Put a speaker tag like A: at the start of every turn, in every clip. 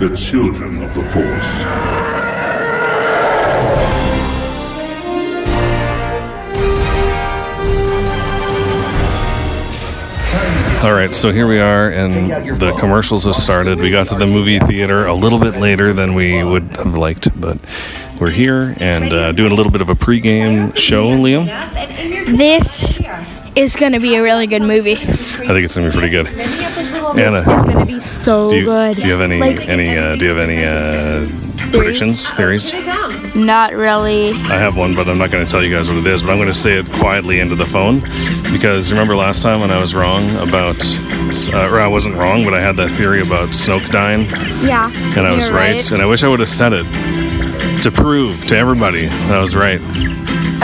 A: the children of the Force.
B: All right, so here we are, and the commercials have started. We got to the movie theater a little bit later than we would have liked, but we're here and uh, doing a little bit of a pregame show, Liam.
C: This is gonna be a really good movie.
B: I think it's gonna be pretty good.
C: It's
B: Anna,
C: gonna be so
B: do you,
C: good.
B: do you have any
C: Like,
B: any uh, do you have any uh, predictions
C: Uh,
B: theories?
C: not really.
B: I have one, but I'm not going to tell you guys what it is. But I'm going to say it quietly into the phone because remember last time when I was wrong about, uh, or I wasn't wrong, but I had that theory about Snokedine
C: Yeah.
B: and I was
C: you're
B: right. and I wish I would have said it to prove to everybody that I was right.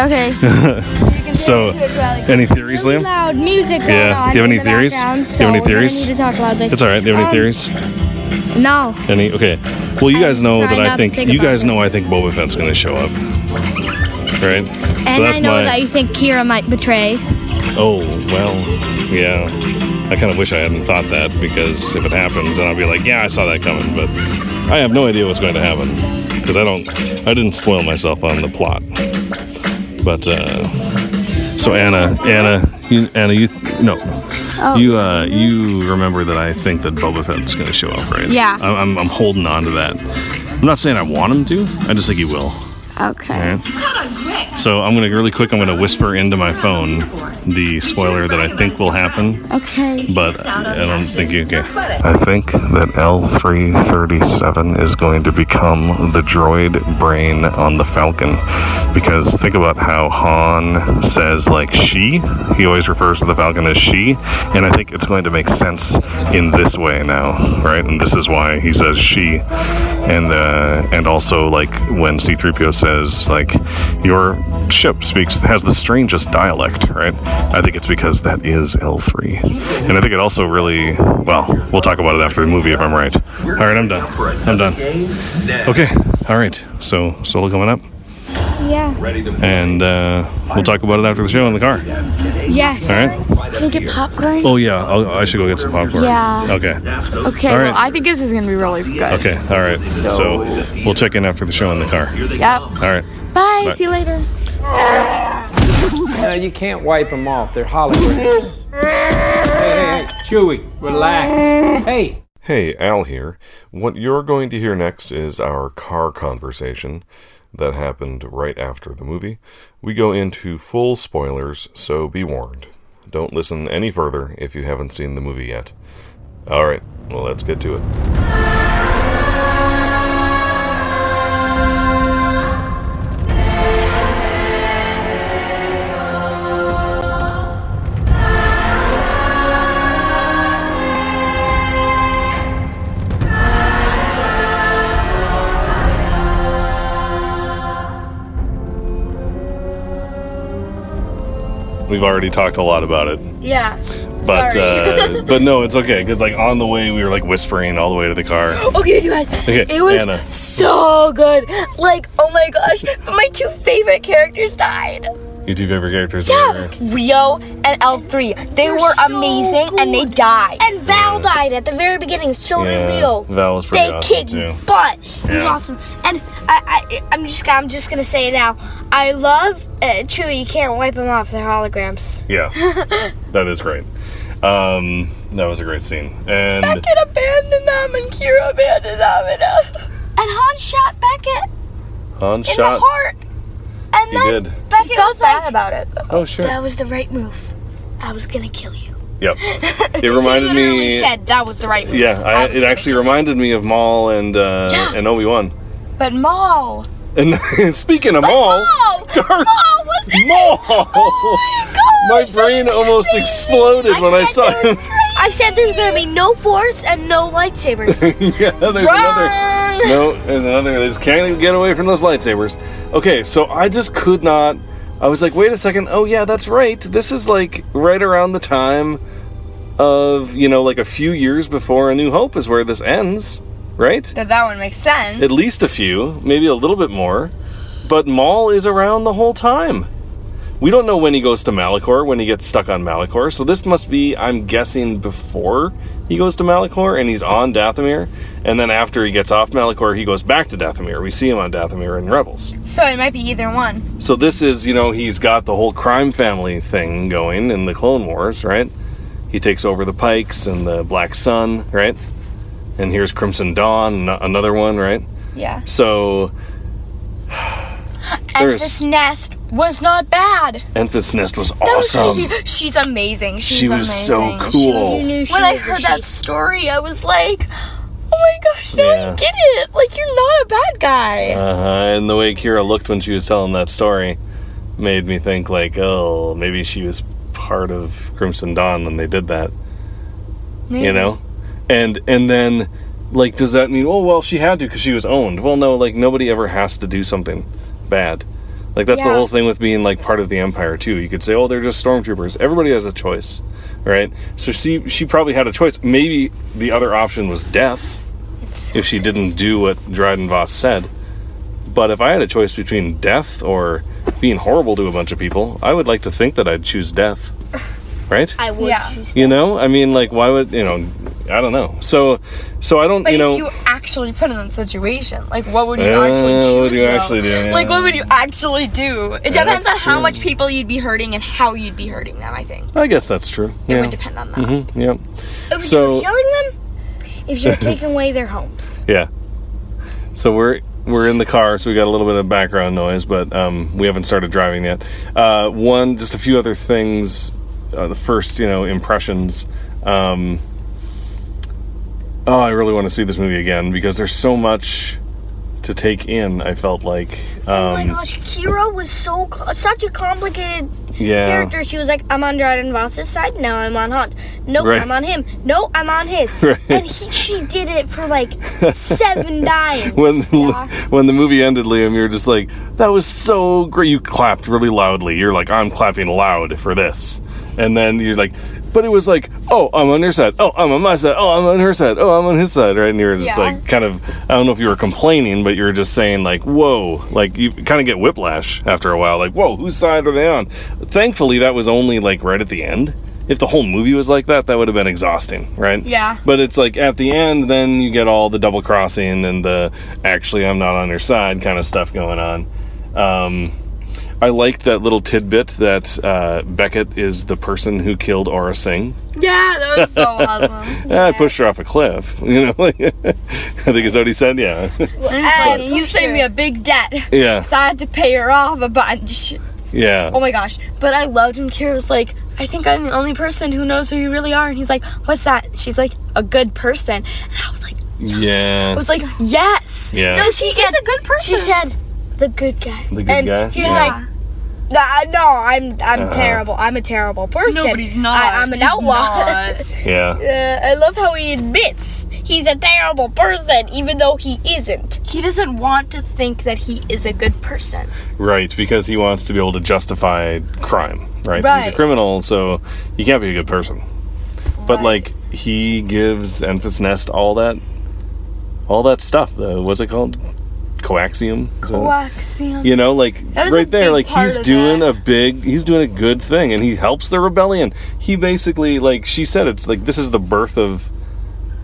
C: Okay.
B: So, any theories,
C: Really
B: Liam?
C: loud music. Going
B: Yeah.
C: on
B: Do you have
C: in
B: any
C: the
B: theories?
C: background,
B: Do you have any
C: so we're gonna
B: theories?
C: Need to talk loudly.
B: It's all right. Do you have any
C: Um,
B: theories?
C: No.
B: Any? Okay. Well, you guys know
C: try
B: that
C: not
B: I
C: to
B: think,
C: think
B: you
C: about
B: guys
C: this.
B: know I think Boba Fett's going to show up, right?
C: and I know that you think Kira might betray.
B: Oh, well, yeah. I kind of wish I hadn't thought that because if it happens, then I'll be like, yeah, I saw that coming, but I have no idea what's going to happen because I don't, I didn't spoil myself on the plot. But, uh, so Anna, Anna, you, Anna, you, no. You, uh, you remember that I think that Boba Fett's going to show up, right?
C: Yeah.
B: I'm, I'm, I'm holding on to that. I'm not saying I want him to, I just think he will.
C: Okay.
B: So I'm gonna really quick. I'm gonna whisper into my phone the spoiler that I think will happen,
C: Okay.
B: but I don't think you can. I think that L337 is going to become the droid brain on the Falcon, because think about how Han says like she. He always refers to the Falcon as she, and I think it's going to make sense in this way now, right? And this is why he says she, and uh, and also like when C3PO says like your ship speaks has the strangest dialect, right? I think it's because that is L3, and I think it also really well. We'll talk about it after the movie if I'm right. All right, I'm done. I'm done. Okay. All right. So solo coming up,
C: Yeah.
B: and uh, we'll talk about it after the show in the car.
C: Yes.
B: All right.
C: Can you get popcorn?
B: Oh yeah, I'll, I should go get some popcorn.
C: Yeah.
B: Okay.
C: Okay.
B: all right.
D: Well, I think this is gonna be really good.
B: Okay. All right. So we'll check in after the show in the car.
D: Yep.
B: All right.
C: Bye.
B: Bye.
C: See you later.
E: No, you can't wipe them off. They're holograms. hey, hey, hey, Chewy, relax. Hey,
F: Hey, Al here. What you're going to hear next is our car conversation that happened right after the movie. We go into full spoilers, so be warned. Don't listen any further if you haven't seen the movie yet. Alright, well, let's get to it.
B: We've already talked a lot about it.
C: Yeah.
B: But
C: Sorry.
B: uh, but no, it's okay because like on the way we were like whispering all the way to the car.
C: Okay, you guys.
B: Okay,
C: it was
B: Anna.
C: so good. Like, oh my gosh, but my two favorite characters died.
B: Your two favorite characters.
C: Yeah,
B: Are,
C: Rio and L3. They were amazing and they died. And Val died at the very beginning. So
B: yeah, Val was pretty
C: They
B: awesome
C: kicked
B: too.
C: butt. It was
B: Yeah.
C: awesome. And I, I, I'm just, I'm just gonna say it now. I love uh, Chewie. You can't wipe them off. They're holograms.
B: Yeah, that is great. Um, that was a great scene. And
C: Beckett abandoned them, and Kira abandoned them, and, uh, and Han shot Beckett
B: Han
C: in the
B: shot.
C: heart. And
B: He
C: then
B: did.
C: Beckett felt was bad about it.
B: Oh sure.
C: That was the right move. I was gonna kill you.
B: Yep. It reminded
C: Literally
B: me.
C: said that was the right move.
B: Yeah, I,
C: was
B: it
C: gonna
B: actually reminded me of Maul and uh,
C: Yeah.
B: and Obi Wan.
C: But Maul.
B: And, speaking of Maul,
C: Maul!
B: Darth
C: Maul was in Oh, it!
B: Maul.
C: Oh
B: my
C: my gosh!
B: brain
C: that's
B: almost
C: crazy!
B: exploded when I
C: said
B: saw
C: there was
B: him.
C: crazy- I said there's gonna be no force and no lightsabers.
B: yeah, there's another.
C: Wrong!
B: no, there's another. They just can't even get away from those lightsabers. Okay, so I just could not. I was like, wait a second. Oh yeah, that's right. This is like right around the time of you know, like a few years before A New Hope is where this ends, right?
D: That that one makes sense.
B: At least a few, maybe a little bit more. But Maul is around the whole time. We don't know when he goes to Malachor, when he gets stuck on Malachor. So this must be, I'm guessing, before he goes to Malachor and he's on Dathomir. And then after he gets off Malachor, he goes back to Dathomir. We see him on Dathomir in Rebels.
D: So it might be either one.
B: So this is, you know, he's got the whole crime family thing going in the Clone Wars, right? He takes over the Pikes and the Black Sun, right? And here's Crimson Dawn, n- another one, right?
D: Yeah.
B: So
C: And
B: There's-
C: this nest was not bad.
B: Enfys Nest was
D: That was
B: awesome.
D: crazy. She's amazing. She's
B: She was so
D: amazing.
B: cool.
D: When I heard that story, I was like, oh my gosh, now
B: Yeah.
D: I get it. Like, you're not a bad guy.
B: Uh-huh. And the way Kira looked when she was telling that story made me think like, oh, maybe she was part of Crimson Dawn when they did that. You
D: Maybe.
B: know, and and then like, does that mean oh well she had to because she was owned? Well, no, like nobody ever has to do something bad. Like that's the
D: Yeah.
B: whole thing with being like part of the Empire too. You could say, oh, they're just stormtroopers. Everybody has a choice, right? So she she probably had a choice. Maybe the other option was death if she didn't do what Dryden Voss said. But if I had a choice between death or being horrible to a bunch of people, I would like to think that I'd choose death. Right?
C: I would
D: Yeah.
C: choose
B: You know? I mean like why would you know I don't know. So so I don't
D: But
B: you know
D: if you actually put it in a situation, like what would you
B: Yeah,
D: actually
B: what
D: choose?
B: would you
D: though?
B: actually do,
D: Like
B: yeah.
D: what would you actually do? It
B: Yeah,
D: depends on
B: that's
D: how
B: true.
D: much people you'd be hurting and how you'd be hurting them. I think
B: I guess that's true.
D: it
B: yeah.
D: would depend on that.
B: Mhm, yeah.
C: If
B: So-
C: you're killing them, if you're taking away their homes.
B: Yeah. So we're we're in the car, so we got a little bit of background noise, but um, we haven't started driving yet. Uh, one, just a few other things. Uh, the first, you know, impressions. Um, oh, I really want to see this movie again because there's so much to take in. I felt like,
C: oh my
B: um,
C: gosh, Kira was so co- such a complicated
B: yeah,
C: character. She was like, I'm on Dryden Voss's side, now I'm on Hunt. Nope,
B: Right.
C: I'm on him. No, I'm on his.
B: Right.
C: And he, she did it for like seven dimes.
B: when when the movie ended, Liam, you were just like, "That was so great!" You clapped really loudly. You're like, "I'm clapping loud for this," and then you're like, "But it was like, oh, I'm on your side. Oh, I'm on my side. Oh, I'm on her side. Oh, I'm on his side." Right? And you're just
D: Yeah.
B: like, kind of, I don't know if you were complaining, but you were just saying like, "Whoa!" Like you kind of get whiplash after a while. Like, "Whoa, whose side are they on?" Thankfully, that was only like right at the end. If the whole movie was like that, that would have been exhausting, right?
D: Yeah.
B: But it's like at the end, then you get all the double crossing and the actually I'm not on your side kind of stuff going on. Um, I liked that little tidbit that uh, Beckett is the person who killed Aura Singh.
D: Yeah, that was so awesome.
B: Ah, I pushed her off a cliff. You know, like, I think it's already said. Yeah,
D: And it's like,
C: push
D: you saved
C: her.
D: me a big debt,
B: yeah,
D: so I had to pay her off a bunch.
B: yeah.
D: Oh my gosh! But I loved when Kira was like, "I think I'm the only person who knows who you really are," and he's like, "What's that?" And she's like, "A good person," and I was like, "I
B: Yeah,
D: was like, yes."
B: Yeah.
D: No, she's just a good person.
C: she said, the good guy.
B: the good
C: and
B: guy.
C: He was
B: yeah. Uh-huh.
C: like, "Nah, no, I'm I'm terrible. I'm a terrible person. I, I'm an outlaw.
B: yeah,
C: Uh, I love how he admits he's a terrible person, even though he isn't.
D: he doesn't want to think that he is a good person.
B: right, because he wants to be able to justify crime. Right, he's a
D: Right.
B: criminal, so he can't be a good person. But like, he gives Enfys Nest all that, all that stuff. The what's it called? Coaxium. Is that-
D: Waxium.
B: you know like
D: That was a
B: right there
D: big
B: like
D: part
B: he's
D: of
B: doing
D: that.
B: a big he's doing a good thing and he helps the rebellion he basically like she said it's like this is the birth of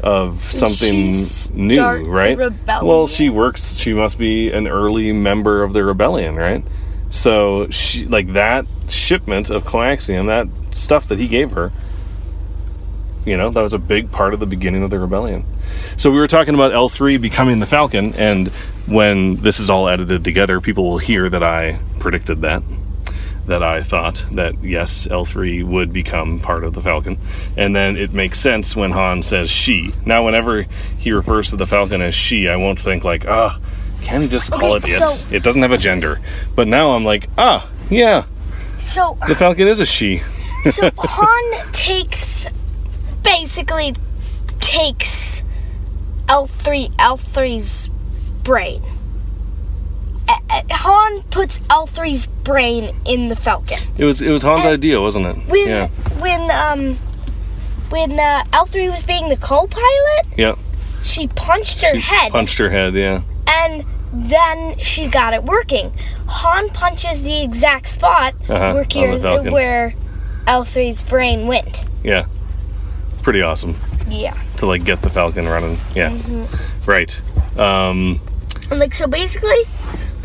B: of something
D: She
B: new
D: start the
B: right
D: rebellion.
B: well she works she must be an early member of the rebellion right so she like that shipment of coaxium that stuff that he gave her you know that was a big part of the beginning of the rebellion so we were talking about L3 becoming the Falcon, and when this is all edited together, people will hear that I predicted that. That I thought that yes, L3 would become part of the Falcon. And then it makes sense when Han says she. Now, whenever he refers to the Falcon as she, I won't think like, ah, can he just call
C: Okay,
B: it it?
C: so-
B: It doesn't have a gender. But now I'm like, ah, yeah,
C: So,
B: the Falcon is a she.
C: so Han takes, basically, takes L three L 3s brain. Uh, uh, Han puts L 3s brain in the Falcon.
B: It was it was Han's idea, wasn't it?
C: When
B: yeah,
C: when um when uh, L three was being the co-pilot,
B: yeah.
C: she punched her
B: She
C: head,
B: punched her head. Yeah,
C: and then she got it working. Han punches the exact spot
B: Uh-huh,
C: where,
B: on the
C: Kira's,
B: Falcon.
C: where L3's brain went.
B: Yeah. Pretty awesome
C: Yeah.
B: to like get the Falcon running. Yeah. Right. Um,
C: And like so basically,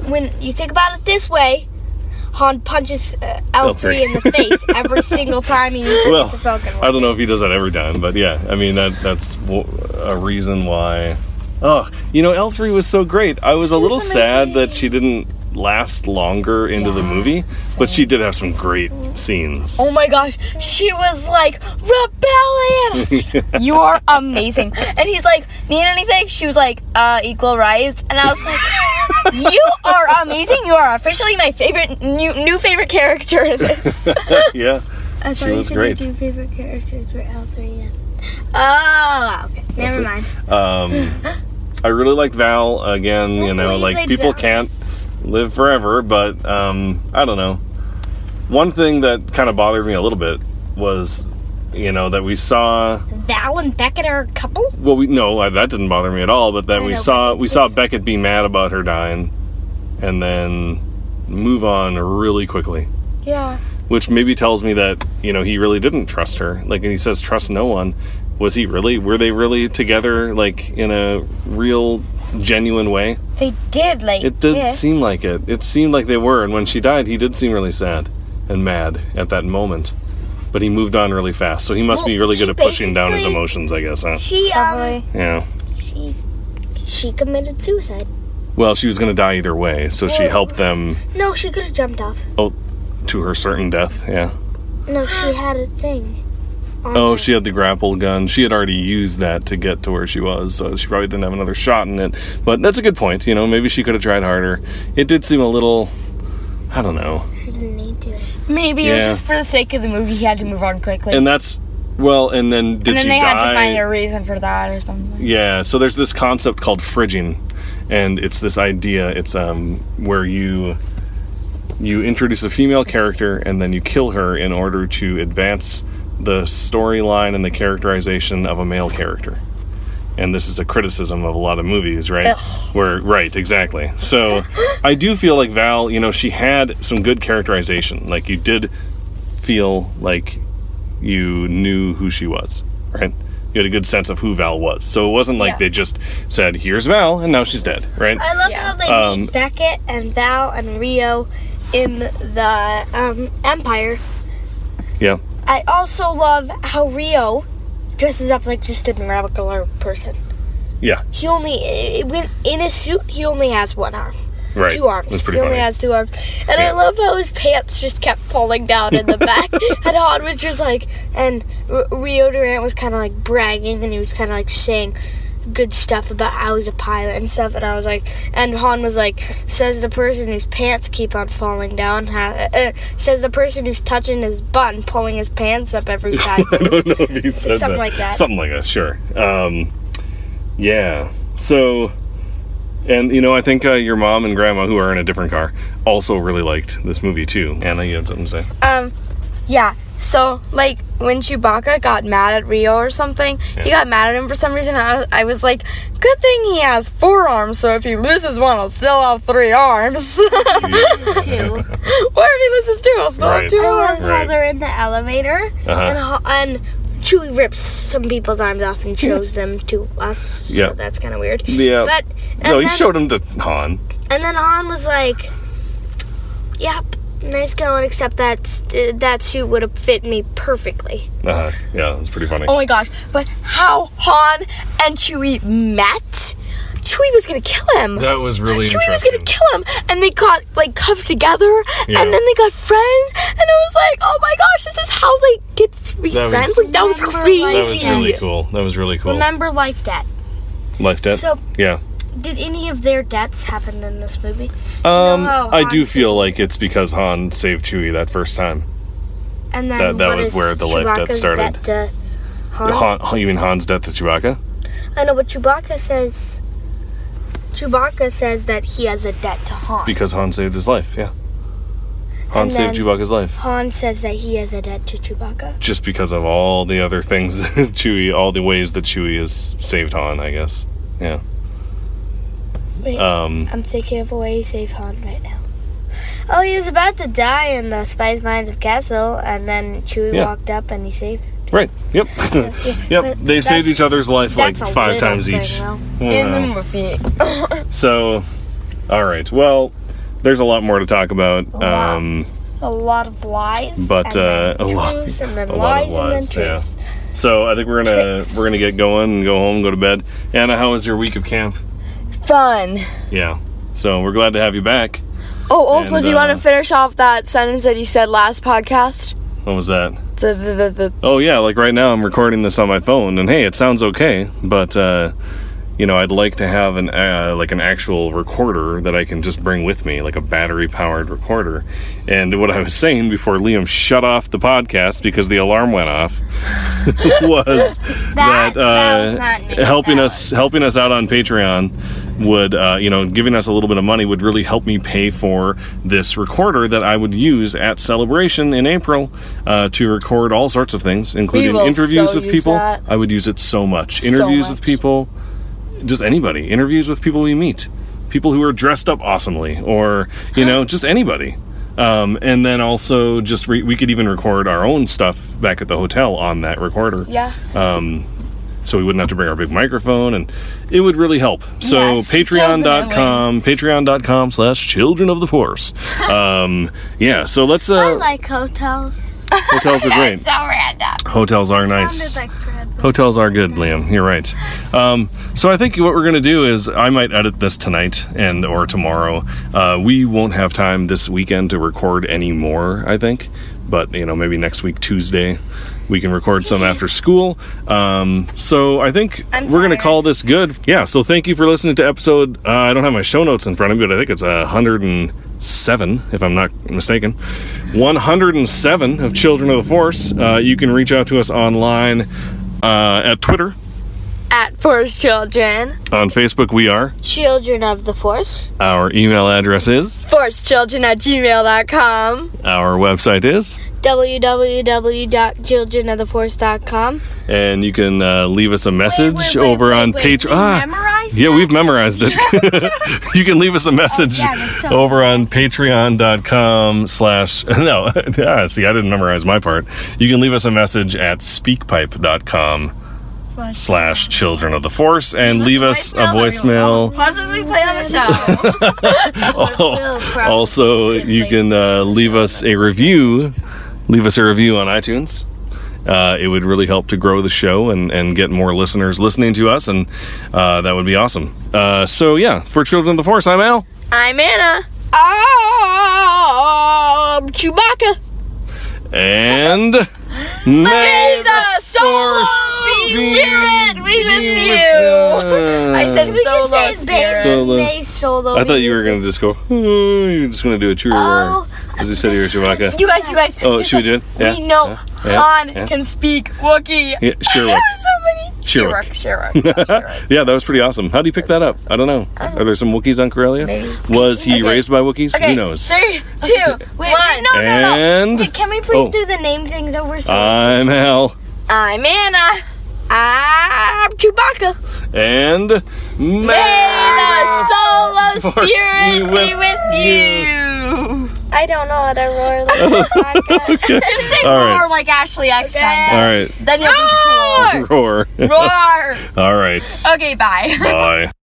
C: when you think about it this way, Han punches uh, L3,
B: L3.
C: in the face every single time he uses
B: well,
C: the Falcon.
B: I don't know if he does that every time, but yeah, I mean that that's w- a reason why. Oh, you know, L three was so great. I was a little sad that she didn't last longer into the movie, but she did have some great scenes.
D: Oh my gosh, she was like rebellion. I was like, you are amazing. And he's like, need anything? She was like, uh, equal rights. And I was like, you are amazing. You are officially my favorite new, new favorite character in this.
B: yeah,
C: I
B: she was great.
C: favorite characters were L3 and
D: Oh, okay.
C: Ah, Never mind.
B: Um, I really like Val again. You know,
C: believe
B: like
C: they
B: people
C: don't.
B: can't live forever, but um, I don't know. One thing that kind of bothered me a little bit was, you know, that we saw.
C: Val and Beckett are a couple.
B: Well, we no, I- that didn't bother me at all. But that we
C: know,
B: saw
C: but
B: we
C: it's
B: saw
C: just-
B: Beckett be mad about her dying, and then move on really quickly.
C: Yeah.
B: Which maybe tells me that you know he really didn't trust her. Like, and he says trust no one. Was he really? Were they really together? Like in a real, genuine way?
C: They did like
B: It did seem like it. It seemed like they were, and when she died, he did seem really sad and mad at that moment. But he moved on really fast, so he must
C: Well,
B: be really
C: she
B: good at pushing down his
C: basically-
B: emotions, I guess, huh?
C: She um
B: Yeah.
C: she she committed suicide.
B: Well, she was going to die either way, so she
C: Well-
B: helped them
C: No, she could have jumped off.
B: to her certain death. Yeah.
C: No, she had a thing. on
B: Oh,
C: her.
B: she had the grapple gun. She had already used that to get to where she was, so she probably didn't have another shot in it. But that's a good point. You know, maybe she could have tried harder. It did seem a little. I don't know.
C: she didn't need to.
D: Maybe it was
B: Yeah.
D: just for the sake of the movie. He had to move on quickly.
B: And that's. Well, and then did
D: And then
B: she
D: they
B: die?
D: had to find a reason for that or something.
B: Yeah, so there's this concept called fridging, and it's this idea. It's um where you you introduce a female character and then you kill her in order to advance the storyline and the characterization of a male character. And this is a criticism of a lot of movies, right? Where right, exactly. So I do feel like Val, you know, she had some good characterization. Like you did feel like you knew who she was, right? You had a good sense of who Val was. So it wasn't like
D: Yeah.
B: they just said, "Here's Val," and now she's dead, right?
C: I love how they
B: Um,
C: meet Beckett and Val and Rio in the um, Empire.
B: Yeah.
C: I also love how Rio dresses up like just a regular person.
B: Yeah.
C: He only i- when in his suit he only has one arm,
B: Right.
C: two arms.
B: That's
C: he
B: pretty
C: only
B: funny.
C: has two arms, and
B: Yeah.
C: I love how his pants just kept falling down in the back. and Han was just like, and R- Rio Durant was kind of like bragging, and he was kind of like saying good stuff about how he's a pilot and stuff. And I was like, and Han was like, says the person whose pants keep on falling down, ha- uh, uh, says the person who's touching his butt and pulling his pants up every time.
B: I don't know if he said
C: Something like that.
B: Something like that. Sure. Um, yeah. So, and you know, I think uh, your mom and grandma, who are in a different car, also really liked this movie too. Anna, you had something to say?
D: Um, yeah. So like when Chewbacca got mad at Rio or something, he got mad at him for some reason. I, I was like, good thing he has four arms. So if he loses one, I'll still have three arms. or if
C: too.
D: he loses two,
C: Oh,
D: I'll still
B: Right.
D: have two
C: I
D: arms.
C: love how
B: Right.
C: they're in the elevator and
B: Uh-huh.
C: ho- and Chewie rips some people's arms off and shows them to us.
B: Yeah.
C: So that's kind of weird.
B: Yeah.
C: But and
B: no, he
C: then,
B: showed him to Han.
C: And then Han was like, "Yep, nice going. Except that uh, that suit would have fit me perfectly."
B: Uh-huh. Yeah, it's pretty funny.
D: Oh my gosh! But how Han and Chewie met? Chewie was gonna kill him.
B: That was really
D: Chewie was gonna kill him, and they got like cuffed together,
B: Yeah.
D: and then they got friends, and I was like, oh my gosh, this is how they get to be
B: That was-
D: friends. like, that was
C: Remember, like-
D: crazy.
B: That was really cool. That was really cool.
C: Remember life debt.
B: Life debt.
C: So-
B: yeah.
C: Did any of their deaths happen in this movie?
B: Um,
C: No,
B: I do
C: Han
B: feel like it's because Han saved Chewie that first time.
C: And then
B: That- that
C: what
B: was
C: is
B: where the life debt
C: Chewbacca's
B: started.
C: debt to Han?
B: Han, you mean Han's death to Chewbacca?
C: I know, but Chewbacca says. Chewbacca says that he has a debt to Han.
B: Because Han saved his life, yeah. Han
C: And
B: saved
C: then-
B: Chewbacca's life.
C: Han says that he has a debt to Chewbacca.
B: Just because of all the other things that Chewie, all the ways that Chewie has saved Han, I guess. Yeah.
C: Wait,
B: Um,
C: I'm thinking of a way to save Han right now. Oh, he was about to die in the Spice Mines of Castle, and then Chewie
B: Yeah.
C: walked up and he saved.
B: Right. Yep. yep.
C: but
B: They saved
C: that's-
B: each other's life like
C: that's a
B: five
C: little
B: times
C: thing,
B: each.
C: though.
D: in the
B: Wow.
D: movie.
B: So, all right. Well, there's a lot more to talk about. Um,
D: A lot of lies.
B: but uh, a lot,
C: Truths and then
B: a lot
C: lies
B: of
C: and then
B: lies. Yeah.
C: truths.
B: So I think we're gonna
D: Tricks.
B: we're gonna get going and go home, go to bed. Anna, how was your week of camp?
D: fun.
B: Yeah. So we're glad to have you back.
G: Oh, also,
B: And,
G: do you want
B: uh,
G: to finish off that sentence that you said last podcast?
B: What was that?
G: The, the, the, the,
B: Oh yeah, like right now I'm recording this on my phone, and hey, it sounds okay, but uh, you know I'd like to have an uh, like an actual recorder that I can just bring with me, like a battery powered recorder. And what I was saying before Liam shut off the podcast because the alarm went off was that,
D: That- that
B: uh,
D: was not me.
B: helping
D: That
B: us helping us out on Patreon would uh, you know giving us a little bit of money would really help me pay for this recorder that I would use at celebration in April uh, to record all sorts of things, including
G: will
B: interviews
G: so
B: with
G: use
B: people.
G: that.
B: I would use it so much. Interviews with
G: much.
B: people, just anybody. Interviews with people we meet, people who are dressed up awesomely, or you know just anybody. Um, and then also just re- we could even record our own stuff back at the hotel on that recorder Um,
G: yeah.
B: so we wouldn't have to bring our big microphone and it would really help so
D: Yes,
B: patreon.com patreon.com slash children of the force um yeah so let's
C: I
B: uh
C: like hotels.
B: hotels are great
D: So random.
B: hotels are nice
C: Sounded like Fred.
B: hotels are good liam you're right um, so i think what we're going to do is i might edit this tonight and or tomorrow uh, we won't have time this weekend to record any more i think but you know maybe next week tuesday we can record some after school um, so i think we're going to call this good yeah so thank you for listening to episode uh, i don't have my show notes in front of me but i think it's uh, 107 if i'm not mistaken 107 of children of the force uh, you can reach out to us online uh, at twitter
G: At Force Children.
B: on facebook we are
C: Children of the Force.
B: our email address is
G: ForceChildren at gmail.com.
B: our website is
C: www.childrenoftheforce.com.
B: and you can uh, leave us a message
D: wait, wait,
B: over
D: wait,
B: on
D: wait.
B: patreon ah,
D: Memorized.
B: yeah we've memorized it you can leave us a message
D: Oh, yeah, that's so-
B: over on patreon.com slash no ah, see i didn't memorize my part you can leave us a message at speakpipe.com
D: Slash-
B: slash children of the force and leave us a
D: voicemail
B: voicemail
D: Possibly play on the show.
B: Oh, also you can uh, leave us a review leave us a review on itunes uh, it would really help to grow the show and, and get more listeners listening to us and uh, that would be awesome uh, so yeah for children of the force i'm al
G: I'm Anna. I'm Chewbacca.
B: and may
G: The Solo Spirit, we with you. I said
B: said
G: Solo Spirit.
B: Solo.
C: May solo.
B: I thought you were gonna just go. "Oh," you're just gonna do a true
G: Oh,
B: roar, as you said you were Chewbacca.
D: You guys, you guys.
B: Oh, should we do it? Yeah.
D: We know
B: Yeah.
D: Han
B: Yeah.
D: can speak Wookiee.
B: Yeah, Sherlock.
D: so many.
B: Shirok.
D: Shirok, Shirok. Shirok.
B: Yeah, that was pretty awesome. How do you pick that up? I don't know. Are there some Wookiees on Corellia? Was he raised by Wookiees?
D: Okay,
B: Who knows?
D: Three, two,
C: Wait,
D: one.
C: no, no, no.
B: And
C: Can we please
B: Oh. Uh.
C: do the name things over? So
B: I'm Al.
G: I'm Anna. I'm Chewbacca.
B: And may
C: Ah.
G: The Solo
B: force
G: Spirit,
B: be
G: be with you.
C: I don't know how to roar like Chewbacca.
B: okay.
D: Just sing
B: All
D: more
B: right.
D: like Ashley X
B: All
D: time.
B: right.
D: Then you'll be
B: Roar.
D: cool. Roar.
B: All right.
D: Okay, bye.
B: Bye.